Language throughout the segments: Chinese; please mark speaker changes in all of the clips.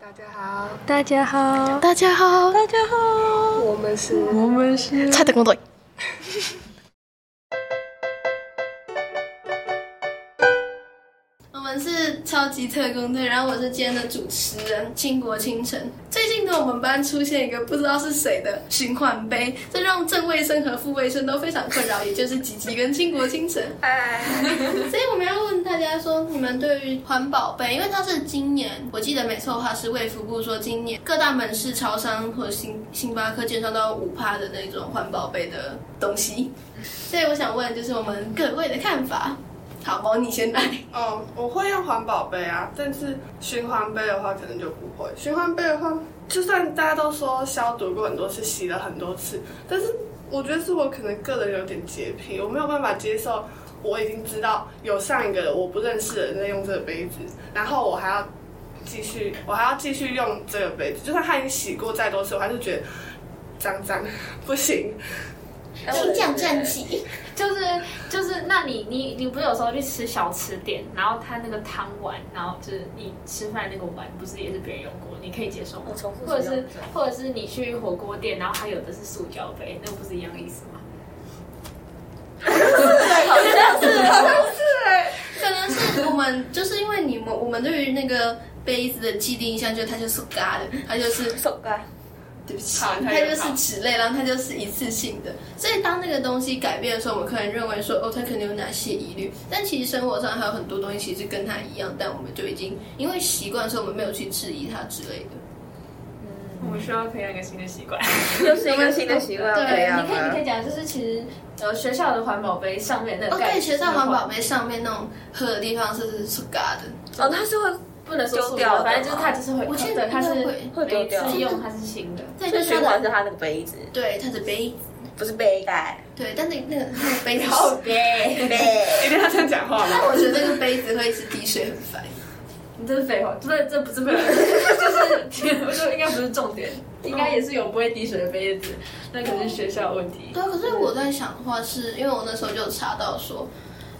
Speaker 1: 大家好，
Speaker 2: 大家好，
Speaker 3: 大家好，
Speaker 2: 大家好，
Speaker 1: 我们是
Speaker 2: 我们是
Speaker 3: 菜的工队。
Speaker 4: 我们是超级特工队，然后我是今天的主持人倾国倾城。最近呢，我们班出现一个不知道是谁的循环杯，这让正卫生和副卫生都非常困扰，也就是吉吉跟倾国倾城。所以我们要问大家说，你们对于环保杯，因为它是今年，我记得没错的话是卫福部说，今年各大门市、超商或者星星巴克、券商都有五趴的那种环保杯的东西。所以我想问，就是我们各位的看法。好，毛你先来。
Speaker 1: 嗯，我会用环保杯啊，但是循环杯的话可能就不会。循环杯的话，就算大家都说消毒过很多次，洗了很多次，但是我觉得是我可能个人有点洁癖，我没有办法接受。我已经知道有上一个我不认识的人在用这个杯子，然后我还要继续，我还要继续用这个杯子，就算他已经洗过再多次，我还是觉得脏脏，不行。
Speaker 4: 请讲战绩。
Speaker 5: 就是就是，那你你你不是有时候去吃小吃店，然后他那个汤碗，然后就是你吃饭那个碗，不是也是别人用过，你可以接受吗？
Speaker 2: 我重复
Speaker 5: 或者
Speaker 2: 使
Speaker 5: 是
Speaker 2: 用对
Speaker 5: 或者是你去火锅店，然后它有的是塑胶杯，那不是一样意思吗？
Speaker 4: 可能是我们就是因为你们我们对于那个杯子的既定印象，就是它就是嘎的，它就是
Speaker 2: 手盖，
Speaker 4: 对不起，
Speaker 1: 好
Speaker 4: 它就是纸类，然后它就是一次性的。所以当那个东西改变的时候，我们可能认为说哦，它可能有哪些疑虑，但其实生活上还有很多东西其实跟它一样，但我们就已经因为习惯，所以我们没有去质疑它之类的。
Speaker 5: 我们需要培养一个新的习惯。
Speaker 2: 又是一个新的习惯
Speaker 4: 对
Speaker 2: 培养
Speaker 5: 你可哎以你
Speaker 2: 啊
Speaker 5: 可以讲，就是其实呃学校的环保杯上面那个
Speaker 4: 哦，
Speaker 5: 盖
Speaker 4: 对，
Speaker 5: 子
Speaker 4: 学校
Speaker 5: 的话
Speaker 4: 环保杯上面那种喝的地方是是是嘎的，
Speaker 2: 哦，它是会
Speaker 5: 不能说
Speaker 2: 丢
Speaker 5: 塑
Speaker 2: 掉
Speaker 5: 料，
Speaker 2: 的
Speaker 5: 反正就是它就是会，
Speaker 4: 我记得
Speaker 5: 对它是
Speaker 4: 应该
Speaker 2: 会
Speaker 5: 每
Speaker 2: 丢
Speaker 5: 一
Speaker 2: 掉
Speaker 5: 次用它是新的。
Speaker 4: 对，
Speaker 2: 就
Speaker 4: 就是
Speaker 2: 循
Speaker 4: 它
Speaker 2: 环
Speaker 4: 的
Speaker 2: 是它那个杯子，
Speaker 4: 对它的杯，
Speaker 2: 不是杯盖，
Speaker 4: 对，但那那个那个杯子是
Speaker 5: 对，
Speaker 2: 杯。
Speaker 1: 一定要这样讲话吗？
Speaker 4: 但 我觉得那个杯子会一直滴水，很烦。
Speaker 5: 你这是废话，不是这不是 废话，就是我就应该不是重点，应该也是有不会滴水的杯子，那可能是学校的问题。
Speaker 4: 对啊，可是我在想的话是，因为我那时候就有查到说，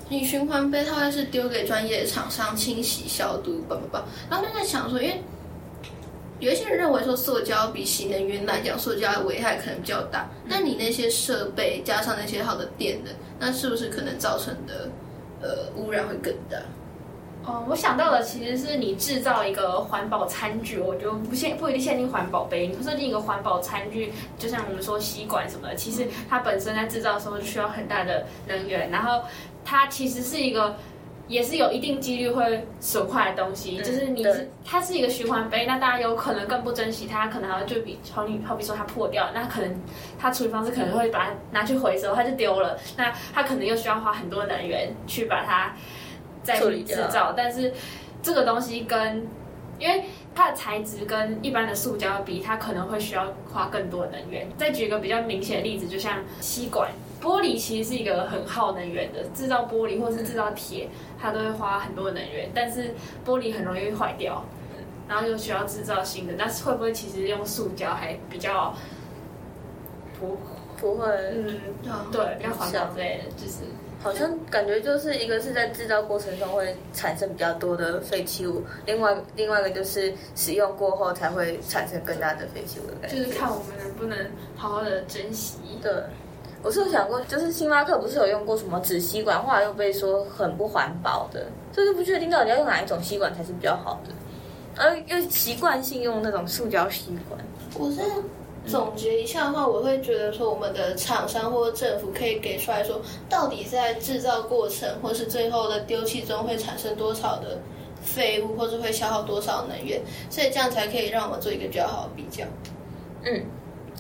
Speaker 4: 你循环杯它会是丢给专业的厂商清洗消毒，叭叭叭。然后就在想说，因为有一些人认为说塑胶比洗能源来讲，塑胶的危害可能比较大。但你那些设备加上那些好的电的，那是不是可能造成的呃污染会更大？
Speaker 5: 哦，我想到的其实是你制造一个环保餐具，我觉得不限不一定限定环保杯，你设定一个环保餐具，就像我们说吸管什么的，其实它本身在制造的时候就需要很大的能源，然后它其实是一个。也是有一定几率会损坏的东西，
Speaker 2: 嗯
Speaker 5: 就是你
Speaker 2: 对
Speaker 5: 它是一个循环杯，那大家有可能更不珍惜它，可能还会就比好比好比说它破掉，那可能它处理方式可能会把它拿去回收，它就丢了，那它可能又需要花很多能源去把它再
Speaker 2: 处理
Speaker 5: 去
Speaker 2: 掉
Speaker 5: 制造，但是这个东西跟因为它的材质跟一般的塑胶比，它可能会需要花更多能源。再举一个比较明显的例子，就像吸管，玻璃其实是一个很耗能源的，制造玻璃或是制造铁，它都会花很多能源，但是玻璃很容易坏掉，然后又需要制造新的。但是会不会其实用塑胶还比较不
Speaker 2: 不会，
Speaker 5: 嗯
Speaker 4: 对啊，
Speaker 5: 对比较环保之类的，就是
Speaker 2: 好像感觉就是一个是在制造过程中会产生比较多的废弃物，另外另外一个就是使用过后才会产生更大的废弃物的感觉。
Speaker 5: 就是看我们能不能好好的珍惜。
Speaker 2: 对，我是有想过，就是星巴克不是有用过什么纸吸管，后来又被说很不环保的，就是不确定到底要用哪一种吸管才是比较好的，而又习惯性用那种塑胶吸管。
Speaker 4: 我是总结一下的话，我会觉得说，我们的厂商或政府可以给出来说，到底在制造过程或是最后的丢弃中会产生多少的废物，或是会消耗多少能源，所以这样才可以让我们做一个比较好的比较。
Speaker 2: 嗯，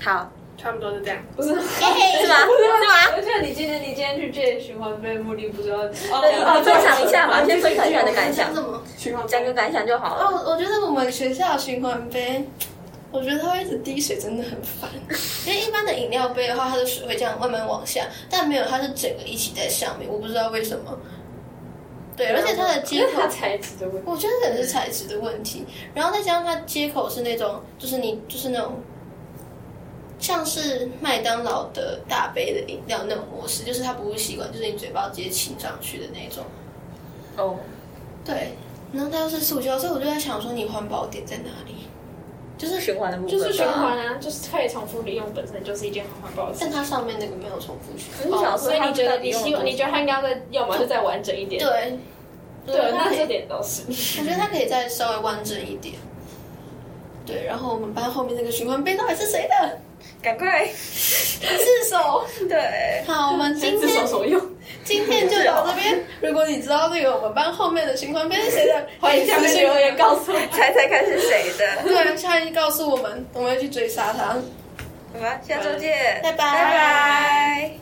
Speaker 2: 好，
Speaker 1: 差不多是这样。
Speaker 2: 是吗？是啊吗？
Speaker 5: 我觉得你今天你今天去借循环杯目的不知 道，
Speaker 2: 哦分享一 下
Speaker 5: 啊
Speaker 2: 嘛先分享一下你的感想
Speaker 4: 讲什么？
Speaker 1: 循环杯
Speaker 2: 讲个感想就好了。
Speaker 4: 哦，我觉得我们学校的循环杯，我觉得它会一直滴水，真的很烦。因为一般的饮料杯的话，它的水会这样慢慢往下，但没有，它是整个一起在上面，我不知道为什么。对，而且它的
Speaker 5: 因
Speaker 4: 接
Speaker 5: 为
Speaker 4: 口
Speaker 5: 它材质的问题。
Speaker 4: 我觉得可能是材质的问题，然后再加上它接口是那种，就是你就是那种，像是麦当劳的大杯的饮料那种模式，就是它不是吸管，就是你嘴巴直接亲上去的那种。
Speaker 2: 哦，
Speaker 4: 对，然后它又是塑胶，所以我就在想说，你环保点在哪里？
Speaker 2: 就是循环的部分
Speaker 5: 就
Speaker 2: 吧，
Speaker 5: 是循环啊，就是可以重复利用，本身就是一件很环保的事
Speaker 4: 但
Speaker 5: 情。
Speaker 4: 它上面那个没有重复循环。
Speaker 2: 我就想说
Speaker 5: 所以
Speaker 2: 它
Speaker 5: 你觉
Speaker 2: 到
Speaker 5: 得
Speaker 2: 底
Speaker 5: 你
Speaker 2: 用了
Speaker 5: 希望
Speaker 2: 多
Speaker 5: 你觉得它应该要再，要么就再完整一点。
Speaker 4: 对，
Speaker 5: 对，
Speaker 4: 它
Speaker 5: 那
Speaker 4: 可以
Speaker 5: 这点倒是。
Speaker 4: 我觉得它可以再稍微完整一点。对，然后我们班后面那个循环杯到底是谁的？
Speaker 2: 赶快
Speaker 4: 自首。
Speaker 2: 对，
Speaker 4: 好，我们今
Speaker 5: 自首
Speaker 4: 天
Speaker 5: 所 用，
Speaker 4: 今天就到这边。如果你知道那个我们班后面的循环杯是谁的，
Speaker 5: 欢迎下面留言告诉我。
Speaker 2: 猜猜看是谁的？
Speaker 4: 对，下一告诉我们，我们要去追杀他。
Speaker 2: 好吧，下周见，
Speaker 4: 拜拜
Speaker 2: 拜拜